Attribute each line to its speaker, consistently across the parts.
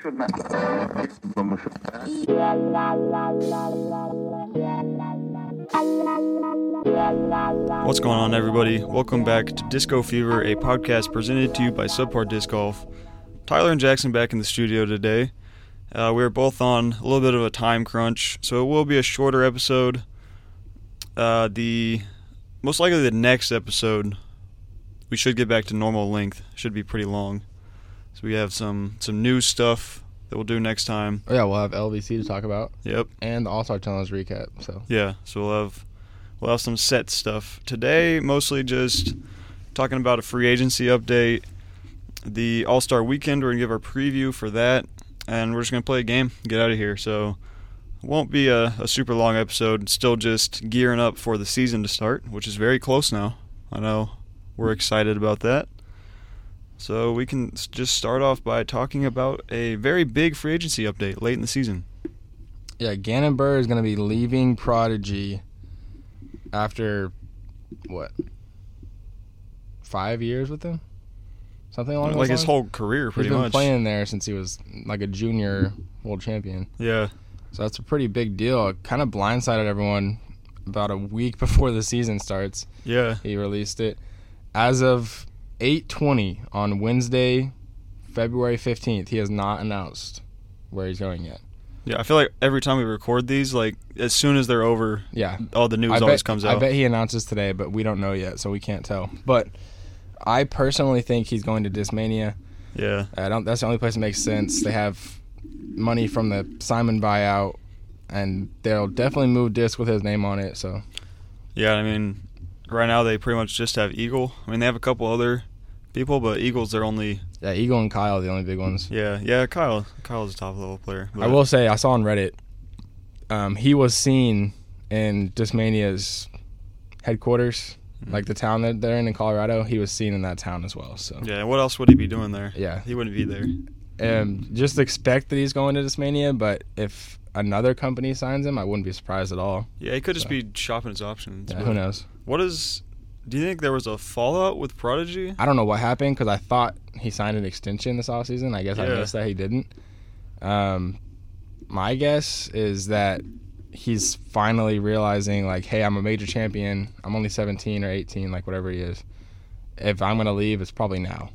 Speaker 1: siódme.
Speaker 2: What's going on, everybody? Welcome back to Disco Fever, a podcast presented to you by Subpar Disc Golf. Tyler and Jackson back in the studio today. Uh, we are both on a little bit of a time crunch, so it will be a shorter episode. Uh, the most likely the next episode, we should get back to normal length. Should be pretty long. So we have some some new stuff that we'll do next time.
Speaker 3: Oh, yeah, we'll have LVC to talk about
Speaker 2: Yep.
Speaker 3: and the All Star Challenge recap. So
Speaker 2: Yeah, so we'll have we'll have some set stuff today. Mostly just talking about a free agency update, the All Star Weekend. We're gonna give our preview for that, and we're just gonna play a game, and get out of here. So it won't be a, a super long episode. Still just gearing up for the season to start, which is very close now. I know we're excited about that. So we can s- just start off by talking about a very big free agency update late in the season.
Speaker 3: yeah, Gannon Burr is gonna be leaving Prodigy after what five years with them, something along
Speaker 2: Like his
Speaker 3: those lines?
Speaker 2: whole career,
Speaker 3: He's
Speaker 2: pretty
Speaker 3: been
Speaker 2: much.
Speaker 3: playing there since he was like a junior world champion.
Speaker 2: Yeah.
Speaker 3: So that's a pretty big deal. It kind of blindsided everyone about a week before the season starts.
Speaker 2: Yeah.
Speaker 3: He released it as of 8:20 on Wednesday, February 15th. He has not announced where he's going yet.
Speaker 2: Yeah, I feel like every time we record these, like as soon as they're over,
Speaker 3: Yeah.
Speaker 2: all the news
Speaker 3: I
Speaker 2: always
Speaker 3: bet,
Speaker 2: comes
Speaker 3: I
Speaker 2: out.
Speaker 3: bet he announces today, but we don't know yet, so we can't tell. But I personally think he's going to Dismania.
Speaker 2: Yeah,
Speaker 3: I don't that's the only place that makes sense. They have money from the Simon buyout and they'll definitely move disc with his name on it, so
Speaker 2: yeah. I mean, right now they pretty much just have Eagle. I mean, they have a couple other people, but Eagle's their only.
Speaker 3: yeah, Eagle and Kyle are the only big ones.
Speaker 2: Yeah, yeah. Kyle, Kyle's a top level player.
Speaker 3: I
Speaker 2: but-
Speaker 3: will say I saw on Reddit, um, he was seen in Dismania's headquarters, like the town that they're in in Colorado. He was seen in that town as well. So
Speaker 2: Yeah. What else would he be doing there?
Speaker 3: yeah,
Speaker 2: He wouldn't be there.
Speaker 3: um, just expect that he's going to Dismania. But if another company signs him, I wouldn't be surprised at all.
Speaker 2: Yeah, he could just
Speaker 3: So-
Speaker 2: be shopping his options.
Speaker 3: Yeah,
Speaker 2: but
Speaker 3: who knows?
Speaker 2: What is? Do you think there was a fallout with Prodigy?
Speaker 3: I don't know what happened because I thought he signed an extension this offseason. I guess I
Speaker 2: Yeah.
Speaker 3: missed that he didn't. Um, my guess is that he's finally realizing, like, hey, I'm a major champion. I'm only 17 or 18, like, whatever he is. If I'm going to leave, it's probably now.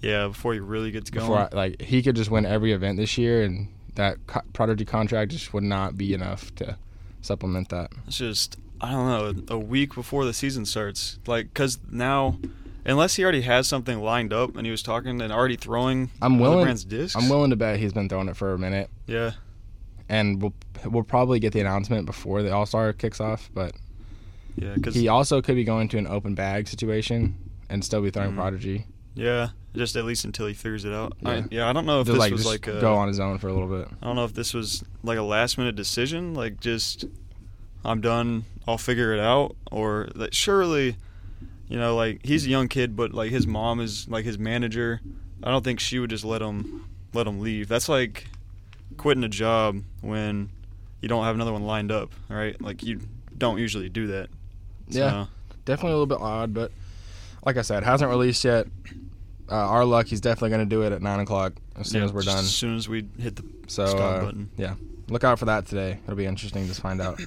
Speaker 2: Yeah, before he really gets going.
Speaker 3: Before I, like, he could just win every event this year, and that co- Prodigy contract just would not be enough to supplement that.
Speaker 2: It's just I don't know a week before the season starts, like because now, unless he already has something lined up and he was talking and already throwing
Speaker 3: I'm
Speaker 2: other
Speaker 3: willing-
Speaker 2: brands discs.
Speaker 3: I'm willing to bet he's been throwing it for a minute.
Speaker 2: Yeah,
Speaker 3: And we'll we'll probably get the announcement before the All Star kicks off, but
Speaker 2: yeah, because
Speaker 3: He also could be going to an open bag situation and still be throwing
Speaker 2: Mm.
Speaker 3: Prodigy.
Speaker 2: yeah, just at least until he figures it out. I,
Speaker 3: Yeah.
Speaker 2: yeah, I don't know if
Speaker 3: Just
Speaker 2: this
Speaker 3: like,
Speaker 2: was
Speaker 3: just
Speaker 2: like a,
Speaker 3: go on his own for a little bit.
Speaker 2: I don't know if this was like a last minute decision, like just I'm done, I'll figure it out, or that surely, you know, like he's a young kid, but like his mom is like his manager. I don't think she would just let him let him leave. That's like quitting a job when you don't have another one lined up, right? Like you don't usually do that.
Speaker 3: Yeah. Definitely a little bit odd, but like I said, hasn't released yet. Uh, our luck, he's definitely going to do it at nine o'clock as
Speaker 2: So,
Speaker 3: soon
Speaker 2: yeah,
Speaker 3: as we're
Speaker 2: just
Speaker 3: done.
Speaker 2: As soon as we hit the
Speaker 3: So
Speaker 2: stop
Speaker 3: uh,
Speaker 2: button.
Speaker 3: look out for that today. It'll be interesting to find out.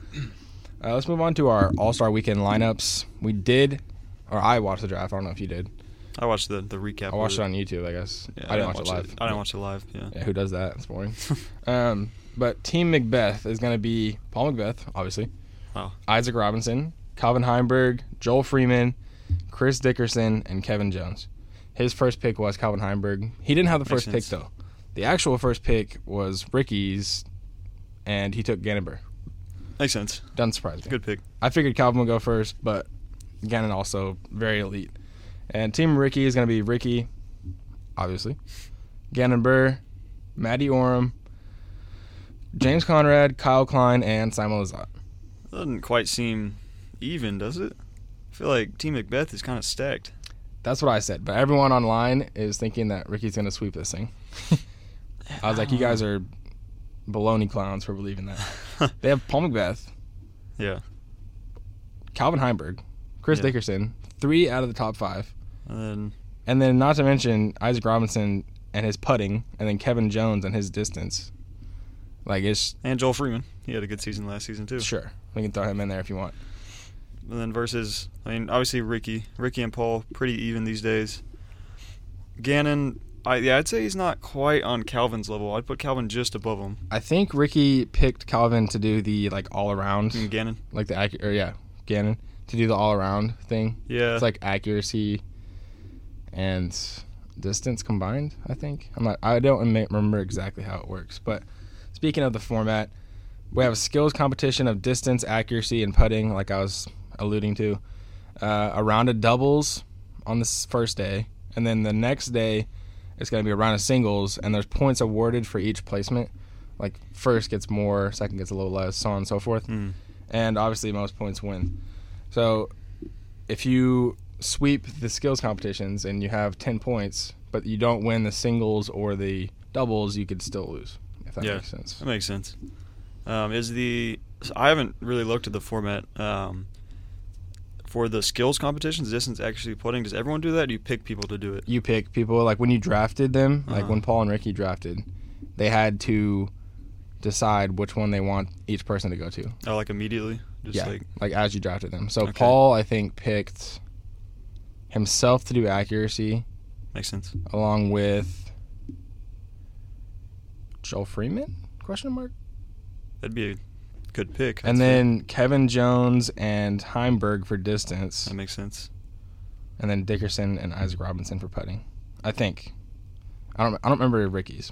Speaker 3: Uh, let's move on to our All Star Weekend lineups. We did, or I watched the draft. I don't know if you did.
Speaker 2: I watched the the recap.
Speaker 3: I watched it
Speaker 2: of
Speaker 3: on YouTube, I guess.
Speaker 2: Yeah,
Speaker 3: I didn't watch it live.
Speaker 2: I didn't watch it live. Yeah.
Speaker 3: Yeah, who does that? It's boring. um, but Team Macbeth is going to be Paul Macbeth, obviously.
Speaker 2: Wow.
Speaker 3: Isaac Robinson, Calvin Heinberg, Joel Freeman, Chris Dickerson, and Kevin Jones. His first pick was Calvin Heinberg. He didn't have the
Speaker 2: Makes
Speaker 3: first pick
Speaker 2: sense.
Speaker 3: though. The actual first pick was Ricky's, and he took Gannon
Speaker 2: Makes sense.
Speaker 3: Doesn't surprise me.
Speaker 2: Good pick.
Speaker 3: I figured Calvin would go first, but Gannon also very elite. And Team Ricky is going to be Ricky, obviously, Gannon Burr, Matty Oram, James Conrad, Kyle Klein, and Simon Lazat.
Speaker 2: Doesn't quite seem even, does it? I feel like Team Macbeth is kind of stacked.
Speaker 3: That's what I said. But everyone online is thinking that Ricky's going to sweep this thing. I was like, you guys are baloney clowns for believing that. They have Paul Macbeth.
Speaker 2: Yeah.
Speaker 3: Calvin Heinberg, Chris
Speaker 2: Yeah.
Speaker 3: Dickerson, three out of the top five.
Speaker 2: And then
Speaker 3: And then, not to mention, Isaac Robinson and his putting, and then Kevin Jones and his distance. Like it's
Speaker 2: And Joel Freeman. He had a good season last season too.
Speaker 3: sure we can throw him in there if you want.
Speaker 2: And then versus, I mean, obviously Ricky, Ricky and Paul, pretty even these days. Gannon, I yeah, I'd say he's not quite on Calvin's level. I'd put Calvin just above him.
Speaker 3: I think Ricky picked Calvin to do the like all around,
Speaker 2: And Gannon,
Speaker 3: like the accurate, or yeah, Gannon to do the all around thing.
Speaker 2: yeah,
Speaker 3: It's like accuracy and distance combined. I think I'm not. I don't ama- remember exactly how it works. But speaking of the format, we have a skills competition of distance, accuracy, and putting, like I was alluding to. Uh, a round of doubles on this first day, and then the next day, it's going to be a round of singles, and there's points awarded for each placement. Like first gets more, second gets a little less, so on and so forth.
Speaker 2: Mm.
Speaker 3: And obviously, most points win. So if you sweep the skills competitions and you have 10 points, but you don't win the singles or the doubles, you could still lose, if that
Speaker 2: Yeah.
Speaker 3: makes sense.
Speaker 2: that makes sense. Um, is the so I haven't really looked at the format um, for the skills competitions, distance actually putting. Does everyone do that? Or do you pick people to do it?
Speaker 3: You pick people, like when you drafted them, like
Speaker 2: Uh-huh.
Speaker 3: when Paul and Ricky drafted, they had to decide which one they want each person to go to,
Speaker 2: Oh, like immediately, just
Speaker 3: Yeah.
Speaker 2: like
Speaker 3: like as you drafted them. So
Speaker 2: Okay.
Speaker 3: Paul, I think, picked himself to do accuracy
Speaker 2: makes sense.
Speaker 3: along with Joel Freeman? Question mark.
Speaker 2: That'd be a good pick. I'd
Speaker 3: and
Speaker 2: say.
Speaker 3: then Kevin Jones and Heimberg for distance,
Speaker 2: that makes sense.
Speaker 3: and then Dickerson and Isaac Robinson for putting. I think. I don't. I don't remember Ricky's.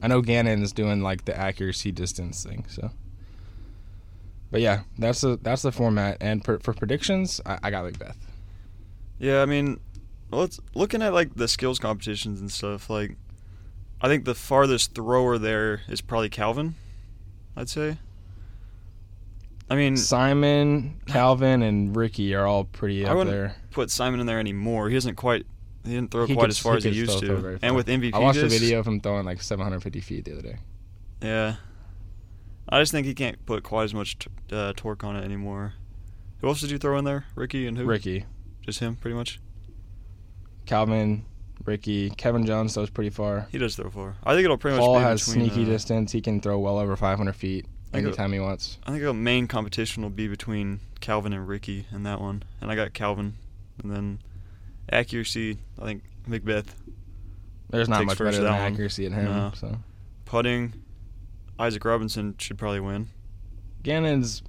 Speaker 3: I know Gannon's doing like the accuracy distance thing. So. But yeah, that's the that's the format. And per, for predictions, I, I got Macbeth.
Speaker 2: Yeah, I mean, let's looking at like the skills competitions and stuff. Like, I think the farthest thrower there is probably Calvin. I'd say. I mean,
Speaker 3: Simon, Calvin, and Ricky are all pretty
Speaker 2: I
Speaker 3: up
Speaker 2: wouldn't
Speaker 3: there.
Speaker 2: put Simon in there anymore. He isn't quite. He didn't throw
Speaker 3: He
Speaker 2: quite
Speaker 3: could-
Speaker 2: as far
Speaker 3: he
Speaker 2: as he
Speaker 3: could
Speaker 2: used
Speaker 3: still throw
Speaker 2: to.
Speaker 3: very
Speaker 2: And
Speaker 3: far.
Speaker 2: with MVP,
Speaker 3: I watched
Speaker 2: just,
Speaker 3: a video of him throwing like 750 feet the other day.
Speaker 2: Yeah, I just think he can't put quite as much t- uh, torque on it anymore. Who else did you throw in there? Ricky and who?
Speaker 3: Ricky,
Speaker 2: Just him, pretty much.
Speaker 3: Calvin, Ricky, Kevin Jones throws pretty far.
Speaker 2: He does throw far. I think it'll pretty
Speaker 3: Paul
Speaker 2: much be
Speaker 3: has
Speaker 2: between.
Speaker 3: sneaky
Speaker 2: uh,
Speaker 3: distance. He can throw well over 500 feet
Speaker 2: I go-
Speaker 3: anytime he wants.
Speaker 2: I think the main competition will be between Calvin and Ricky in that one. And I got Calvin. And then accuracy, I think Macbeth.
Speaker 3: There's not
Speaker 2: Takes
Speaker 3: much
Speaker 2: first
Speaker 3: better than
Speaker 2: that one.
Speaker 3: accuracy in him.
Speaker 2: No.
Speaker 3: So
Speaker 2: Putting, Isaac Robinson should probably win.
Speaker 3: Gannon's,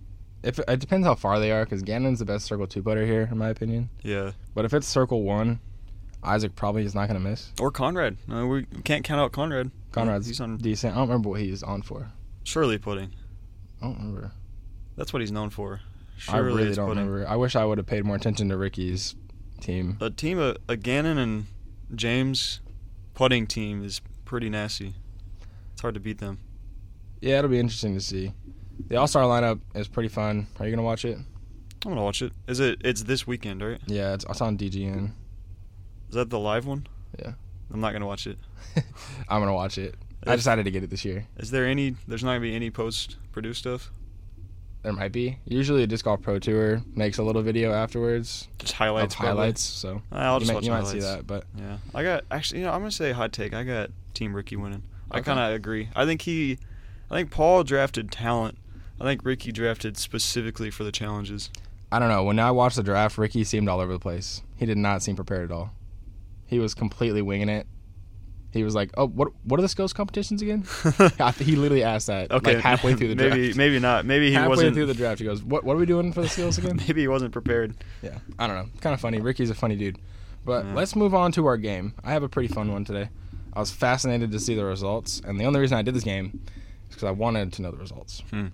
Speaker 3: if it depends how far they are, because Gannon's the best circle two putter here in my opinion.
Speaker 2: Yeah.
Speaker 3: But if it's circle one, Isaac probably is not gonna miss.
Speaker 2: Or Conrad. No, we we can't count out Conrad.
Speaker 3: Conrad's
Speaker 2: He's on
Speaker 3: decent. I don't remember what he's on for.
Speaker 2: surely putting.
Speaker 3: I don't remember.
Speaker 2: That's what he's known for.
Speaker 3: I
Speaker 2: Surely
Speaker 3: really
Speaker 2: it's
Speaker 3: don't
Speaker 2: putting.
Speaker 3: remember. I wish I would have paid more attention to Ricky's team.
Speaker 2: A team of a Gannon and James putting team is pretty nasty. It's hard to beat them.
Speaker 3: Yeah, it'll be interesting to see. The All Star lineup is pretty fun. Are you gonna watch it?
Speaker 2: I'm gonna watch it. Is it it's this weekend, right?
Speaker 3: Yeah, it's, it's on DGN.
Speaker 2: Is that the live one?
Speaker 3: Yeah.
Speaker 2: I'm not gonna watch it.
Speaker 3: I'm gonna watch it. I
Speaker 2: If-
Speaker 3: decided to get it this year.
Speaker 2: Is there any? There's not gonna be any post produced stuff.
Speaker 3: There might be. Usually, a disc golf pro tour makes a little video afterwards
Speaker 2: Just
Speaker 3: of
Speaker 2: highlights. probably. Uh,
Speaker 3: highlights. So
Speaker 2: I'll
Speaker 3: you,
Speaker 2: just
Speaker 3: might,
Speaker 2: watch
Speaker 3: you might
Speaker 2: highlights.
Speaker 3: see that, but
Speaker 2: Yeah, I got actually. You know, I'm gonna say hot take. I got Team Ricky winning. I
Speaker 3: Okay.
Speaker 2: kind of agree. I think he, I think Paul drafted talent. I think Ricky drafted specifically for the challenges.
Speaker 3: I don't know. When I watched the draft, Ricky seemed all over the place. He did not seem prepared at all. He was completely winging it. He was like, "Oh, what? What are the skills competitions again?" I th- he literally asked that
Speaker 2: okay,
Speaker 3: like halfway through the
Speaker 2: maybe
Speaker 3: draft.
Speaker 2: maybe not. Maybe he
Speaker 3: halfway
Speaker 2: wasn't.
Speaker 3: through the draft, he goes, "What? What are we doing for the skills again?"
Speaker 2: maybe he wasn't prepared.
Speaker 3: yeah, I don't know. Kind of funny. Ricky's a funny dude. But
Speaker 2: Yeah.
Speaker 3: let's move on to our game. I have a pretty fun one today. I was fascinated to see the results, and the only reason I did this game is because I wanted to know the results.
Speaker 2: Hmm.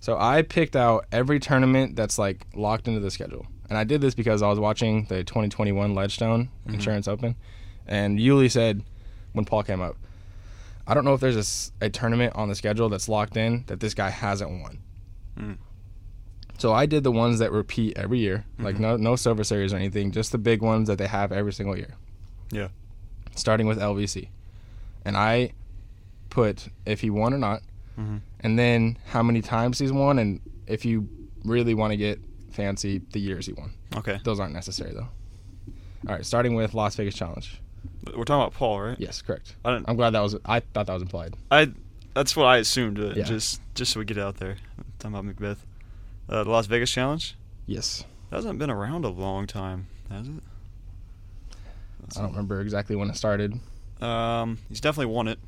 Speaker 3: So I picked out every tournament that's like locked into the schedule, and I did this because I was watching the 2021 Ledgestone
Speaker 2: Mm-hmm.
Speaker 3: Insurance Open, and Yuli said when Paul came up, I don't know if there's a s- a, tournament on the schedule that's locked in that this guy hasn't won.
Speaker 2: Mm.
Speaker 3: So I did the ones that repeat every year,
Speaker 2: Mm-hmm.
Speaker 3: like no no silver series or anything, just the big ones that they have every single year.
Speaker 2: Yeah.
Speaker 3: Starting with LVC, and I put if he won or not,
Speaker 2: Mhm.
Speaker 3: and then how many times he's won, and if you really want to get fancy, the years he won.
Speaker 2: Okay.
Speaker 3: Those aren't necessary though. All right, starting with Las Vegas Challenge.
Speaker 2: We're talking about Paul, right?
Speaker 3: Yes, correct.
Speaker 2: I don't.
Speaker 3: I'm glad that was. I thought that was implied.
Speaker 2: I. That's what I assumed. uh,
Speaker 3: Yeah.
Speaker 2: Just just so we get it out there. Talking about Macbeth, uh, the Las Vegas Challenge
Speaker 3: Yes.
Speaker 2: that hasn't been around a long time, has it? That's-
Speaker 3: I don't remember exactly when it started.
Speaker 2: Um, he's definitely won it.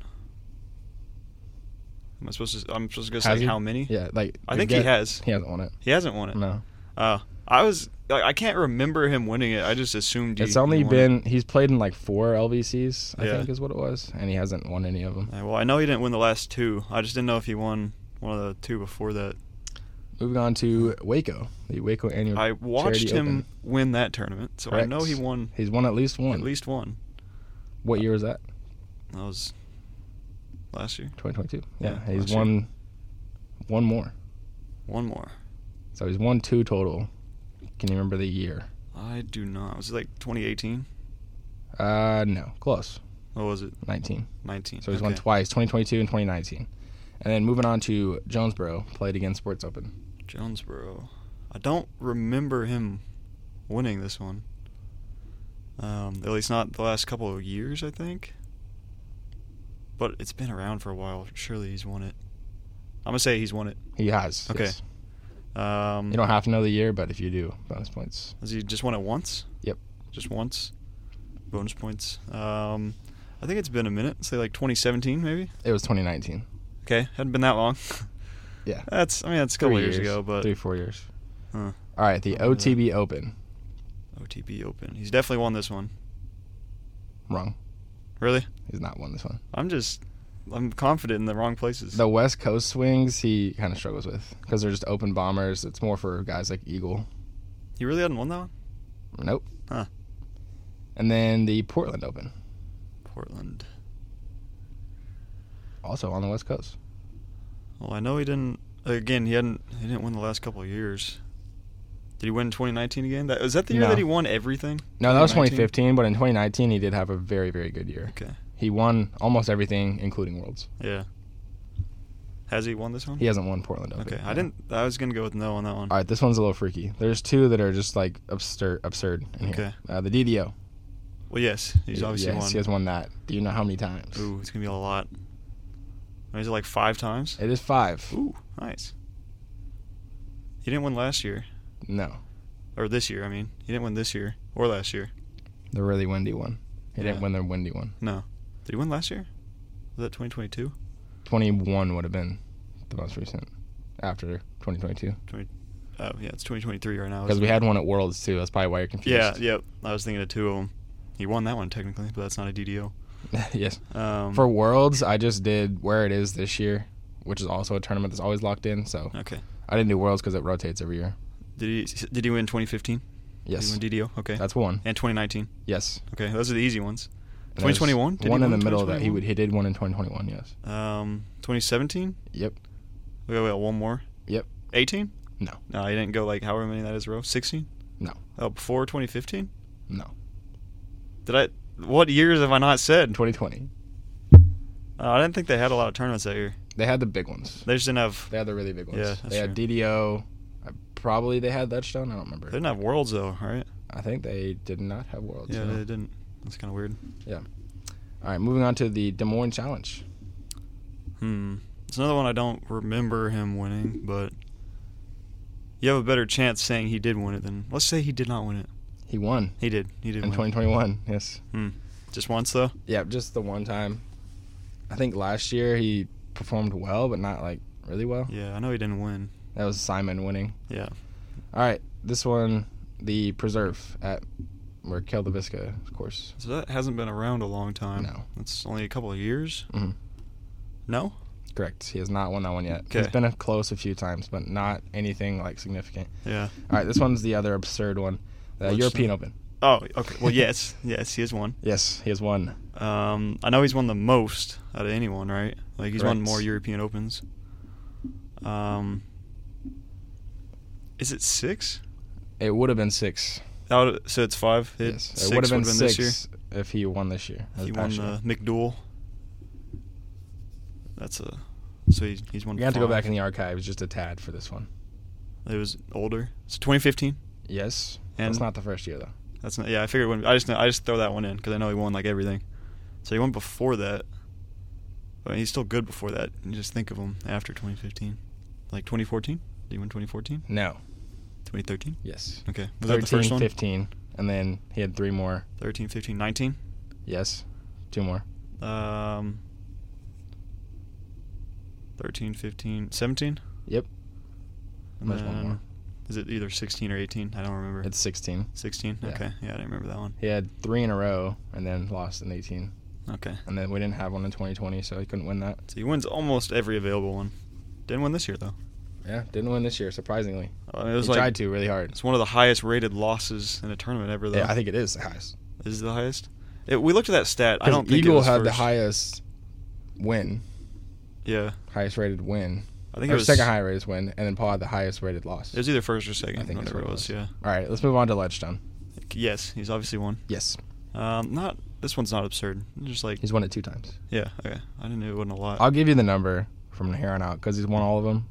Speaker 2: Am I supposed to? I'm supposed to go
Speaker 3: Has
Speaker 2: say
Speaker 3: he?
Speaker 2: how many?
Speaker 3: Yeah, like
Speaker 2: I
Speaker 3: you
Speaker 2: think he
Speaker 3: get-
Speaker 2: has.
Speaker 3: He hasn't won it.
Speaker 2: He hasn't won it.
Speaker 3: No,
Speaker 2: Uh, I was. I I can't remember him winning it. I just assumed he.
Speaker 3: it's only
Speaker 2: he won it.
Speaker 3: been he's played in like four LVCs. I
Speaker 2: Yeah.
Speaker 3: think is what it was, and he hasn't won any of them.
Speaker 2: Uh, well, I know he didn't win the last two. I just didn't know if he won one of the two before that.
Speaker 3: Moving on to Waco, the Waco annual.
Speaker 2: I watched
Speaker 3: Charity
Speaker 2: him
Speaker 3: Open.
Speaker 2: win that tournament, so I know he
Speaker 3: Correct.
Speaker 2: won
Speaker 3: He's won at least one.
Speaker 2: at least one.
Speaker 3: What year was that?
Speaker 2: That was last year.
Speaker 3: 2022. Yeah,
Speaker 2: Yeah, last
Speaker 3: he's
Speaker 2: year.
Speaker 3: won one more.
Speaker 2: One more.
Speaker 3: So he's won two total. Can you remember the year?
Speaker 2: I do not. Was it like 2018?
Speaker 3: Uh, no, close.
Speaker 2: What was it?
Speaker 3: 19.
Speaker 2: 19.
Speaker 3: So he's won
Speaker 2: okay.
Speaker 3: twice, 2022 and 2019. And then moving on to Jonesboro, played against Sports Open.
Speaker 2: Jonesboro. I don't remember him winning this one. Um, at least not the last couple of years, I think. But it's been around for a while. Surely he's won it. I'm gonna say he's won it.
Speaker 3: He has.
Speaker 2: Okay.
Speaker 3: yes.
Speaker 2: Um,
Speaker 3: You don't have to know the year, but if you do, bonus points.
Speaker 2: has he just won it once?
Speaker 3: Yep.
Speaker 2: Just once. Bonus points. Um, I think it's been a minute. Say like 2017, maybe.
Speaker 3: It was 2019.
Speaker 2: Okay, hadn't been that long.
Speaker 3: Yeah.
Speaker 2: That's. I mean, that's a couple
Speaker 3: Three
Speaker 2: years, ago, but
Speaker 3: three four years.
Speaker 2: Huh.
Speaker 3: All right, the
Speaker 2: I remember that.
Speaker 3: OTB Open.
Speaker 2: OTB Open. He's definitely won this one.
Speaker 3: Wrong.
Speaker 2: Really?
Speaker 3: He's not won this one.
Speaker 2: I'm just I'm confident in the wrong places.
Speaker 3: The West Coast swings he kind of struggles with because they're just open bombers. It's more for guys like Eagle.
Speaker 2: He really hadn't won that one?
Speaker 3: Nope.
Speaker 2: Huh.
Speaker 3: And then the Portland Open,
Speaker 2: Portland.
Speaker 3: also on the West Coast.
Speaker 2: Well, I know he didn't again, he hadn't he didn't win the last couple of years. Did he win in 2019 again? That was that the year
Speaker 3: No.
Speaker 2: that he won everything?
Speaker 3: No, that was
Speaker 2: 2019?
Speaker 3: 2015, but in 2019 he did have a very very good year.
Speaker 2: Okay.
Speaker 3: He won almost everything, including Worlds.
Speaker 2: Yeah. Has he won this one?
Speaker 3: He hasn't won Portland Open.
Speaker 2: Okay.
Speaker 3: no.
Speaker 2: I didn't I was going to go with no on that one.
Speaker 3: All right, this one's a little freaky. There's two that are just like absurd, absurd in here.
Speaker 2: Okay.
Speaker 3: Uh, the DDO.
Speaker 2: Well, yes. He's obviously
Speaker 3: yes,
Speaker 2: won.
Speaker 3: he has won that. Do you know how many times?
Speaker 2: Ooh, it's going to be a lot. Is it like 5 times?
Speaker 3: It is five.
Speaker 2: Ooh, nice. He didn't win last year
Speaker 3: No,
Speaker 2: or this year, I mean. He didn't win this year or last year.
Speaker 3: the really windy one. He
Speaker 2: Yeah.
Speaker 3: didn't win the windy one.
Speaker 2: Did he win last year? Was that 2022?
Speaker 3: 21 would have been the most recent after 2022
Speaker 2: Oh yeah, it's 2023 right now.
Speaker 3: because
Speaker 2: isn't
Speaker 3: we
Speaker 2: it?
Speaker 3: had one at Worlds too. That's probably why you're
Speaker 2: yeah,
Speaker 3: confused.
Speaker 2: yep. I was thinking of two of them. He won that one technically, but that's not a DDO.
Speaker 3: yes.
Speaker 2: Um,
Speaker 3: For Worlds, I just did where it is this year, which is also a tournament that's always locked in. So
Speaker 2: okay,
Speaker 3: I didn't do Worlds because it rotates every year.
Speaker 2: did he did he win 2015?
Speaker 3: Yes,
Speaker 2: did he win DDO. Okay,
Speaker 3: that's one.
Speaker 2: and 2019.
Speaker 3: Yes,
Speaker 2: Okay, those are the easy ones.
Speaker 3: And there's
Speaker 2: 2021? Did he
Speaker 3: One in the
Speaker 2: win
Speaker 3: middle that he
Speaker 2: 2021?
Speaker 3: would he did one in 2021. Yes.
Speaker 2: Um, 2017.
Speaker 3: Yep.
Speaker 2: We got, we got one more.
Speaker 3: Yep.
Speaker 2: 18.
Speaker 3: No.
Speaker 2: No, he didn't go like however many that is row. 16.
Speaker 3: No.
Speaker 2: Oh, before 2015.
Speaker 3: No.
Speaker 2: Did I? What years have I not
Speaker 3: In
Speaker 2: said?
Speaker 3: 2020,
Speaker 2: Uh, I didn't think they had a lot of tournaments that year.
Speaker 3: they had the big ones.
Speaker 2: They just didn't have.
Speaker 3: They had the really big ones.
Speaker 2: Yeah, that's
Speaker 3: they had DDO. I, probably they had Ledgestone. I don't remember.
Speaker 2: They didn't have worlds though, right?
Speaker 3: I think they did not have Worlds.
Speaker 2: Yeah,
Speaker 3: no.
Speaker 2: they didn't. That's kind of weird.
Speaker 3: All right, moving on to the Des Moines Challenge.
Speaker 2: Hmm. It's another one I don't remember him winning, but you have a better chance saying he did win it than let's say he did not win it.
Speaker 3: He won
Speaker 2: He did. He did
Speaker 3: in
Speaker 2: win.
Speaker 3: 2021. Yes.
Speaker 2: Just once though.
Speaker 3: Yeah, just the one time. I think last year he performed well, but not like really well.
Speaker 2: Yeah, I know he didn't win.
Speaker 3: That was Simon winning.
Speaker 2: Yeah.
Speaker 3: All right, this one, the preserve at where Kel Davisca, of course.
Speaker 2: So that hasn't been around a long time.
Speaker 3: No.
Speaker 2: That's only a couple of years.
Speaker 3: Mhm.
Speaker 2: No.
Speaker 3: Correct. He has not won that one yet. He's
Speaker 2: Okay.
Speaker 3: been a close a few times, but not anything like significant.
Speaker 2: Yeah.
Speaker 3: All right, this one's the other absurd one, the
Speaker 2: Which
Speaker 3: European
Speaker 2: one?
Speaker 3: Open.
Speaker 2: Oh, okay. Well, yes, yes, he has won.
Speaker 3: Yes, he has won.
Speaker 2: Um, I know he's won the most out of anyone, right? Like he's won
Speaker 3: Correct.
Speaker 2: more European Opens. Um, is it six?
Speaker 3: It would have been six.
Speaker 2: That would, so it's five. It,
Speaker 3: yes,
Speaker 2: six
Speaker 3: it would have been
Speaker 2: would've
Speaker 3: six
Speaker 2: this year.
Speaker 3: if he won this year.
Speaker 2: He won
Speaker 3: Actually.
Speaker 2: the McDuel. That's a. So he's, he's won.
Speaker 3: We have to go
Speaker 2: five.
Speaker 3: back in the archives just a tad for this one.
Speaker 2: It was older. It's 2015.
Speaker 3: Yes,
Speaker 2: And
Speaker 3: that's not the first year though.
Speaker 2: That's not. Yeah, I figured. When, I just I just throw that one in because I know he won like everything. So he won before that. But he's still good before that. You just think of him after 2015, like 2014. Did he win 2014?
Speaker 3: No.
Speaker 2: 2013.
Speaker 3: Yes.
Speaker 2: Okay. Was that the
Speaker 3: 13,
Speaker 2: first one?
Speaker 3: 15, and then he had three more.
Speaker 2: 13, 15, 19.
Speaker 3: Yes. Two more.
Speaker 2: Um. 13, 15, 17.
Speaker 3: Yep.
Speaker 2: And
Speaker 3: There's one
Speaker 2: then-
Speaker 3: more.
Speaker 2: Is it either 16 or 18? I don't remember.
Speaker 3: Um, It's 16.
Speaker 2: 16.
Speaker 3: yeah.
Speaker 2: Okay. Yeah, I didn't remember that one.
Speaker 3: He had three in a row and then lost in 18.
Speaker 2: Okay.
Speaker 3: And then we didn't have one in 2020, so he couldn't win that.
Speaker 2: So he wins almost every available one. Didn't win this year though.
Speaker 3: Yeah, didn't win this year, surprisingly.
Speaker 2: I mean, it was
Speaker 3: he
Speaker 2: like
Speaker 3: tried to really hard.
Speaker 2: it's one of the highest rated losses in a tournament ever though.
Speaker 3: Yeah, I think it is the highest.
Speaker 2: Is it the highest? It, we looked at that stat. I
Speaker 3: 'Cause
Speaker 2: don't think it
Speaker 3: Eagle
Speaker 2: was
Speaker 3: had the
Speaker 2: first.
Speaker 3: highest win,
Speaker 2: Yeah,
Speaker 3: highest rated win.
Speaker 2: I think
Speaker 3: or
Speaker 2: it was
Speaker 3: second highest rated win, and then Paul had the highest rated loss.
Speaker 2: It was either first or second.
Speaker 3: I think that's
Speaker 2: whatever it
Speaker 3: what
Speaker 2: was.
Speaker 3: it
Speaker 2: Yeah.
Speaker 3: All right, let's move on to Ledgestone.
Speaker 2: Yes, he's obviously won.
Speaker 3: Yes,
Speaker 2: Um, not this one's not absurd. It's Just like
Speaker 3: he's won it two times.
Speaker 2: yeah, okay. I didn't know it wasn't a lot.
Speaker 3: I'll give you the number from here on out because he's won all of them.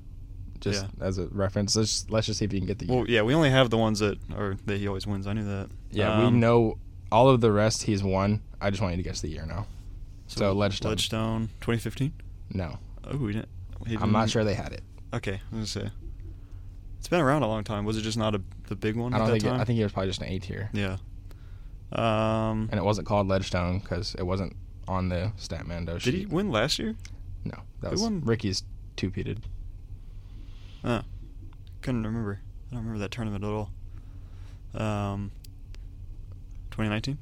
Speaker 3: Just as a reference, let's just, let's just see if you can get the.
Speaker 2: well, yeah, we only have the ones that are that he always wins. I knew that.
Speaker 3: yeah, we
Speaker 2: um,
Speaker 3: know all of the rest he's won. I just want you to guess the year now. So, Ledgestone.
Speaker 2: Ledgestone, 2015.
Speaker 3: no,
Speaker 2: Oh, we didn't. he
Speaker 3: I'm not
Speaker 2: didn't-
Speaker 3: sure they had it.
Speaker 2: Okay, I was gonna say it's been around a long time. Was it just not a the big one
Speaker 3: I
Speaker 2: at
Speaker 3: don't
Speaker 2: that
Speaker 3: think. It,
Speaker 2: time?
Speaker 3: I think it was probably just an eight tier,
Speaker 2: yeah. Um,
Speaker 3: and it wasn't called Ledgestone because it wasn't on the Statmando sheet.
Speaker 2: did he win last year?
Speaker 3: No, that
Speaker 2: Who
Speaker 3: was
Speaker 2: won?
Speaker 3: Ricky's two peated.
Speaker 2: Couldn't remember. I don't remember that tournament at all. Um, 2019.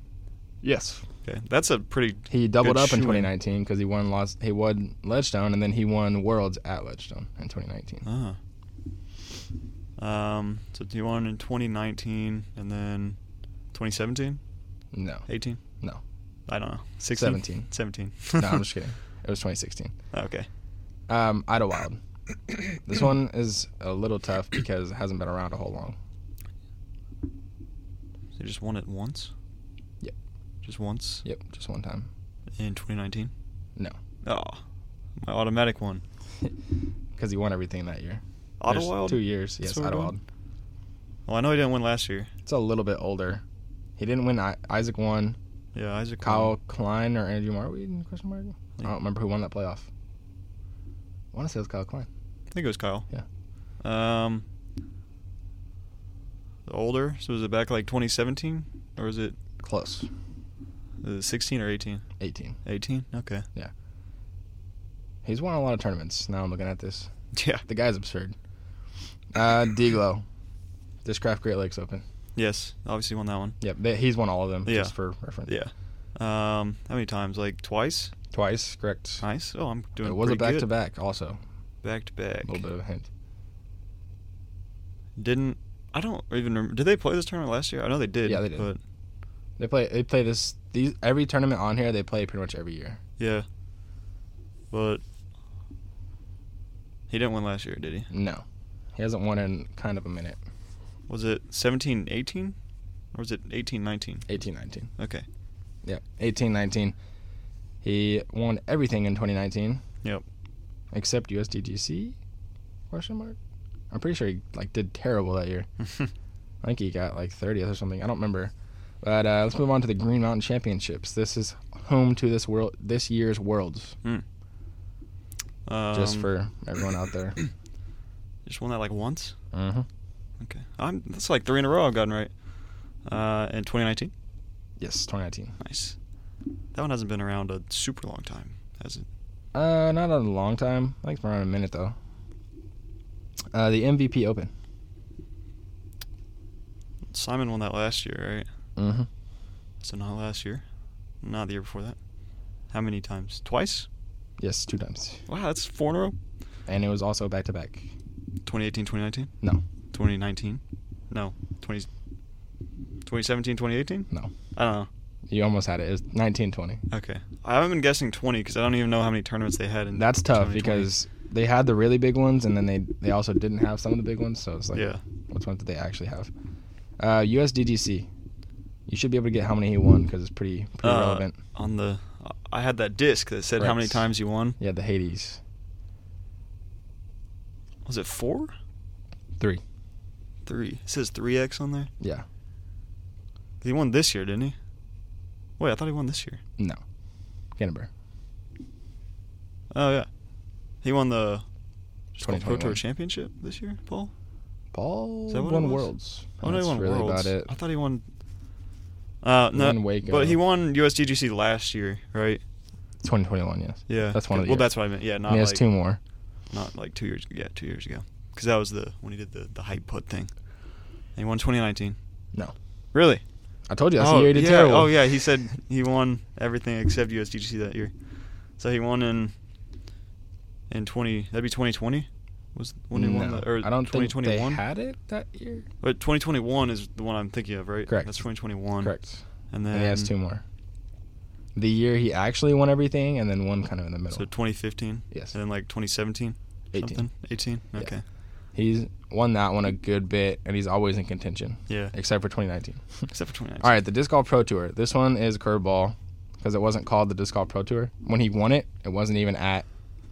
Speaker 3: Yes,
Speaker 2: Okay, that's a pretty
Speaker 3: he doubled
Speaker 2: Good
Speaker 3: up in
Speaker 2: shooting.
Speaker 3: 2019 because he won lost. He won Ledgestone, and then he won Worlds at Ledgestone in 2019.
Speaker 2: Ah. Um, so do you want in 2019 and then 2017,
Speaker 3: No,
Speaker 2: 18?
Speaker 3: No.
Speaker 2: I don't know. 16?
Speaker 3: 17.
Speaker 2: 17.
Speaker 3: no, I'm just kidding. It was 2016.
Speaker 2: okay.
Speaker 3: Um, Idlewild. this one is a little tough because it hasn't been around a whole long.
Speaker 2: So you just won it once?
Speaker 3: Yep.
Speaker 2: Just once
Speaker 3: Yep, just one time.
Speaker 2: in 2019?
Speaker 3: No.
Speaker 2: Oh, my automatic one.
Speaker 3: Because he won everything that year. There's
Speaker 2: Ottawa?
Speaker 3: Two years.
Speaker 2: That's
Speaker 3: Yes,
Speaker 2: what we're
Speaker 3: Idlewild.
Speaker 2: Well, Oh, I know he didn't win last year.
Speaker 3: It's a little bit older. He didn't win. I- Isaac won.
Speaker 2: Yeah, Isaac.
Speaker 3: Kyle Klein or Andrew Marweed? Question mark. I
Speaker 2: Mm-hmm. Yeah.
Speaker 3: don't remember who won that playoff. I want to say it was Kyle Klein.
Speaker 2: I think it was Kyle.
Speaker 3: Yeah.
Speaker 2: Um, older. So was it back like 2017 or was it
Speaker 3: Close.
Speaker 2: uh, 16 or 18?
Speaker 3: 18.
Speaker 2: 18. Okay.
Speaker 3: He's won a lot of tournaments. Now I'm looking at this.
Speaker 2: Yeah.
Speaker 3: The guy's absurd. Uh, Diglo. This Craft Great Lakes Open.
Speaker 2: Yes. Obviously won that one.
Speaker 3: Yep, they, he's won all of them.
Speaker 2: Yeah.
Speaker 3: Just for reference.
Speaker 2: Yeah. Um, how many times? Like twice.
Speaker 3: Twice, correct.
Speaker 2: Nice. Oh, I'm doing.
Speaker 3: It was a
Speaker 2: pretty
Speaker 3: back
Speaker 2: good.
Speaker 3: to back also.
Speaker 2: Back to back.
Speaker 3: A little bit of a hint.
Speaker 2: Didn't. I don't even remember. Did they play this tournament last year? I know they did.
Speaker 3: Yeah, they did.
Speaker 2: But
Speaker 3: They play they play this these every tournament on here they play pretty much every year.
Speaker 2: yeah. But he didn't win last year, did he?
Speaker 3: No. He hasn't won in kind of a minute.
Speaker 2: Was it 17, 18? Or was it 18, 19?
Speaker 3: 18 19.
Speaker 2: Okay.
Speaker 3: Yep. 18 19. He won everything in 2019.
Speaker 2: Yep.
Speaker 3: Except USDGC? Question mark. I'm pretty sure he like did terrible that year. I think he got like 30th or something. I don't remember. But uh, let's move on to the Green Mountain Championships. This is home to this world this year's Worlds.
Speaker 2: um,
Speaker 3: Just for everyone out there.
Speaker 2: just won that like once.
Speaker 3: Mm-hmm.
Speaker 2: Okay, I'm that's like three in a row I've gotten right. Uh, in 2019,
Speaker 3: Yes, 2019.
Speaker 2: nice. That one hasn't been around a super long time, has it?
Speaker 3: Uh, not a long time. I think it's been around a minute though. Uh, the MVP Open.
Speaker 2: Simon won that last year, right?
Speaker 3: Mm-hmm.
Speaker 2: So not last year, not the year before that. How many times? Twice?
Speaker 3: Yes, two times.
Speaker 2: Wow, that's four in a row.
Speaker 3: And it was also back to back.
Speaker 2: 2018, 2019.
Speaker 3: No.
Speaker 2: 2019. No. 20. 2017, 2018.
Speaker 3: No.
Speaker 2: I don't know.
Speaker 3: You almost had it. It was 19 20.
Speaker 2: Okay, I haven't been guessing 20 because I don't even know how many tournaments they had. In
Speaker 3: That's tough
Speaker 2: 2020.
Speaker 3: because they had the really big ones and then they they also didn't have some of the big ones. So it's like,
Speaker 2: yeah,
Speaker 3: which ones did they actually have? Uh, USDGC. You should be able to get how many he won because it's pretty pretty
Speaker 2: Uh,
Speaker 3: relevant.
Speaker 2: on the I had that disc that said how many
Speaker 3: Correct.
Speaker 2: times you won.
Speaker 3: Yeah, the Hades.
Speaker 2: Was it four?
Speaker 3: Three.
Speaker 2: Three. It says three X on there.
Speaker 3: Yeah.
Speaker 2: He won this year, didn't he? Wait, I thought he won this year.
Speaker 3: No. Gannon Burr.
Speaker 2: Oh yeah, he won the it's called Pro Tour
Speaker 3: 2021.
Speaker 2: Championship this year, Paul.
Speaker 3: Paul
Speaker 2: Is that what it
Speaker 3: won
Speaker 2: was?
Speaker 3: Worlds.
Speaker 2: Oh, no, he
Speaker 3: That's
Speaker 2: won
Speaker 3: really
Speaker 2: Worlds.
Speaker 3: about it.
Speaker 2: I thought he won. Uh,
Speaker 3: He
Speaker 2: no,
Speaker 3: won Waco.
Speaker 2: but he won USDGC last year, right?
Speaker 3: 2021, yes.
Speaker 2: Yeah,
Speaker 3: That's one of the
Speaker 2: Well,
Speaker 3: years.
Speaker 2: that's what I meant. Yeah, not
Speaker 3: And he has
Speaker 2: like
Speaker 3: two more.
Speaker 2: not like two years. Yeah, two years ago, because that was the when he did the the hype put thing. And he won 2019.
Speaker 3: No.
Speaker 2: Really?
Speaker 3: I told you, that's
Speaker 2: oh,
Speaker 3: the year he did
Speaker 2: yeah.
Speaker 3: terrible.
Speaker 2: Oh yeah, he said he won everything except USDGC that year. So he won in in 20. That'd be 2020. Was when he won
Speaker 3: No,
Speaker 2: the or
Speaker 3: I don't think
Speaker 2: 2021?
Speaker 3: they had it that year.
Speaker 2: But 2021 is the one I'm thinking of, right?
Speaker 3: Correct.
Speaker 2: That's 2021.
Speaker 3: Correct.
Speaker 2: And then
Speaker 3: And he has two more. The year he actually won everything, and then one kind of in the middle.
Speaker 2: So 2015.
Speaker 3: yes,
Speaker 2: And then like 2017.
Speaker 3: 18.
Speaker 2: Something. 18.
Speaker 3: Yeah.
Speaker 2: Okay.
Speaker 3: He's won that one a good bit, and he's always in contention,
Speaker 2: Yeah.
Speaker 3: except for 2019.
Speaker 2: Except for 2019.
Speaker 3: All right, the Disc Golf Pro Tour. This one is curveball because it wasn't called the Disc Golf Pro Tour when he won it. It wasn't even at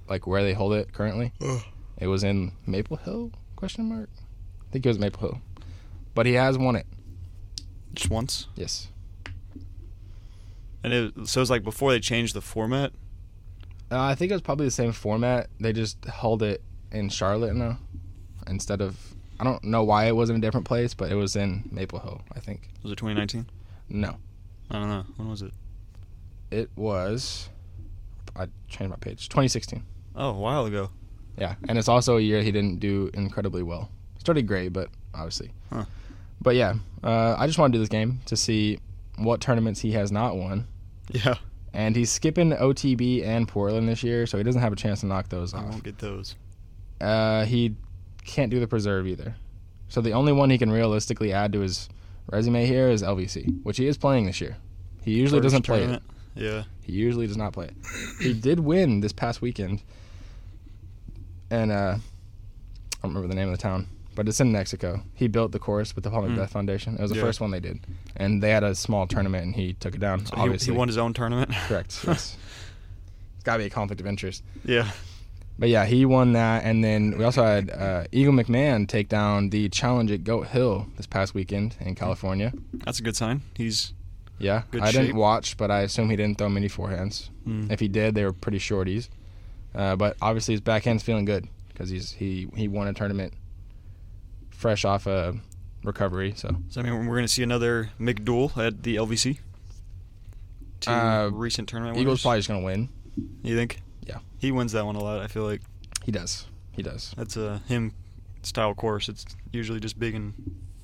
Speaker 3: like where they hold it currently.
Speaker 2: Ugh.
Speaker 3: It was in Maple Hill? Question mark. I think it was Maple Hill, but he has won it.
Speaker 2: Just once.
Speaker 3: Yes.
Speaker 2: And it so it's like before they changed the format.
Speaker 3: Uh, I think it was probably the same format. They just held it in Charlotte now instead of. I don't know why it was in a different place, but it was in Maple Hill, I think.
Speaker 2: Was it 2019?
Speaker 3: No.
Speaker 2: I don't know. When was it?
Speaker 3: It was. I changed my page. 2016.
Speaker 2: Oh, a while ago.
Speaker 3: Yeah. And it's also a year he didn't do incredibly well. Started great, but obviously.
Speaker 2: Huh.
Speaker 3: But yeah, uh, I just want to do this game to see what tournaments he has not won.
Speaker 2: Yeah.
Speaker 3: And he's skipping OTB and Portland this year, so he doesn't have a chance to knock those
Speaker 2: I
Speaker 3: off.
Speaker 2: won't get those.
Speaker 3: Uh, he can't do the preserve either. So the only one he can realistically add to his resume here is LVC, which he is playing this year. He usually
Speaker 2: First
Speaker 3: doesn't play it.
Speaker 2: tournament. Yeah.
Speaker 3: He usually does not play it. He did win this past weekend, and uh, I don't remember the name of the town, but it's in Mexico. He built the course with the Palm of
Speaker 2: Mm.
Speaker 3: Death Foundation. It was the
Speaker 2: Yeah.
Speaker 3: first one they did, and they had a small tournament, and he took it down.
Speaker 2: So he,
Speaker 3: obviously,
Speaker 2: he won his own tournament.
Speaker 3: correct. Yes. it's got to be a conflict of interest.
Speaker 2: yeah.
Speaker 3: But yeah, he won that, and then we also had uh, Eagle McMahon take down the challenge at Goat Hill this past weekend
Speaker 2: Hmm.
Speaker 3: in California.
Speaker 2: That's a good sign. He's
Speaker 3: Yeah,
Speaker 2: Good
Speaker 3: I
Speaker 2: shape.
Speaker 3: didn't watch, but I assume he didn't throw many forehands.
Speaker 2: mm,
Speaker 3: If he did, they were pretty shorties. Uh, but obviously, his backhand's feeling good because he's he he won a tournament fresh off a recovery. So
Speaker 2: So I mean, we're gonna see another McDuel at the LVC. Two
Speaker 3: Uh,
Speaker 2: recent tournament
Speaker 3: Eagles
Speaker 2: winners.
Speaker 3: probably just gonna win.
Speaker 2: You think?
Speaker 3: Yeah.
Speaker 2: He wins that one a lot. I feel like
Speaker 3: He does. He does.
Speaker 2: that's a him style course. It's usually just big and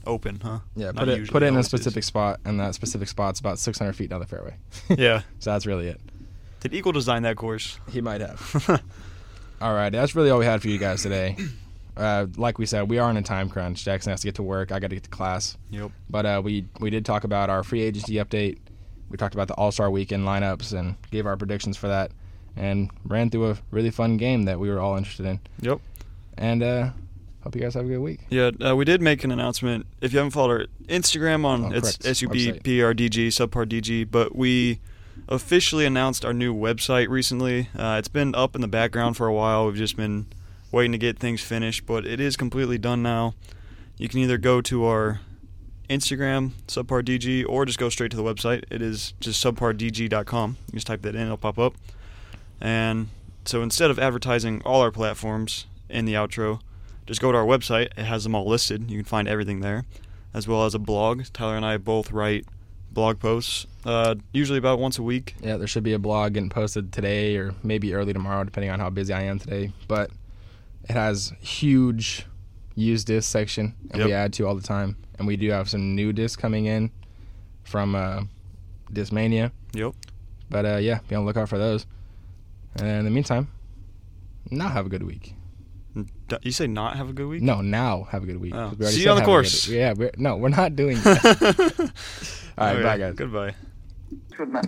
Speaker 2: open, huh?
Speaker 3: Yeah,
Speaker 2: Not
Speaker 3: put it
Speaker 2: usually,
Speaker 3: put it in a
Speaker 2: always is.
Speaker 3: specific spot, and that specific spot's about 600 feet down the fairway.
Speaker 2: Yeah.
Speaker 3: so that's really it.
Speaker 2: Did Eagle design that course?
Speaker 3: He might have. All right, that's really all we had for you guys today. Uh, like we said, we are in a time crunch. Jackson has to get to work. I got to get to class.
Speaker 2: Yep.
Speaker 3: But uh, we we did talk about our free agency update. We talked about the All Star Weekend lineups and gave our predictions for that, and ran through a really fun game that we were all interested in.
Speaker 2: Yep.
Speaker 3: And uh, hope you guys have a good week.
Speaker 2: Yeah, uh, we did make an announcement. If you haven't followed our Instagram on
Speaker 3: Oh,
Speaker 2: it's
Speaker 3: correct.
Speaker 2: SUBPRDG, subpardg, but we officially announced our new website recently. Uh, it's been up in the background for a while. We've just been waiting to get things finished, but it is completely done now. You can either go to our Instagram, subpardg, or just go straight to the website. It is just subpardg.com. You just type that in, it'll pop up. And so instead of advertising all our platforms in the outro, just go to our website. It has them all listed. You can find everything there, as well as a blog. Tyler and I both write blog posts, uh, usually about once a week.
Speaker 3: Yeah, there should be a blog getting posted today or maybe early tomorrow, depending on how busy I am today. But it has huge used disc section, and we
Speaker 2: Yep.
Speaker 3: add to all the time. And we do have some new discs coming in from uh, Discmania.
Speaker 2: Yep.
Speaker 3: But uh, yeah, be on the lookout for those. And in the meantime, now have a good week.
Speaker 2: D- You say not have a good week?
Speaker 3: No, now have a good week.
Speaker 2: Oh.
Speaker 3: 'cause we already
Speaker 2: See you
Speaker 3: said
Speaker 2: on the
Speaker 3: have a good-
Speaker 2: course.
Speaker 3: yeah, we're, no, we're not doing
Speaker 2: all
Speaker 3: that. all right, bye guys.
Speaker 2: Goodbye.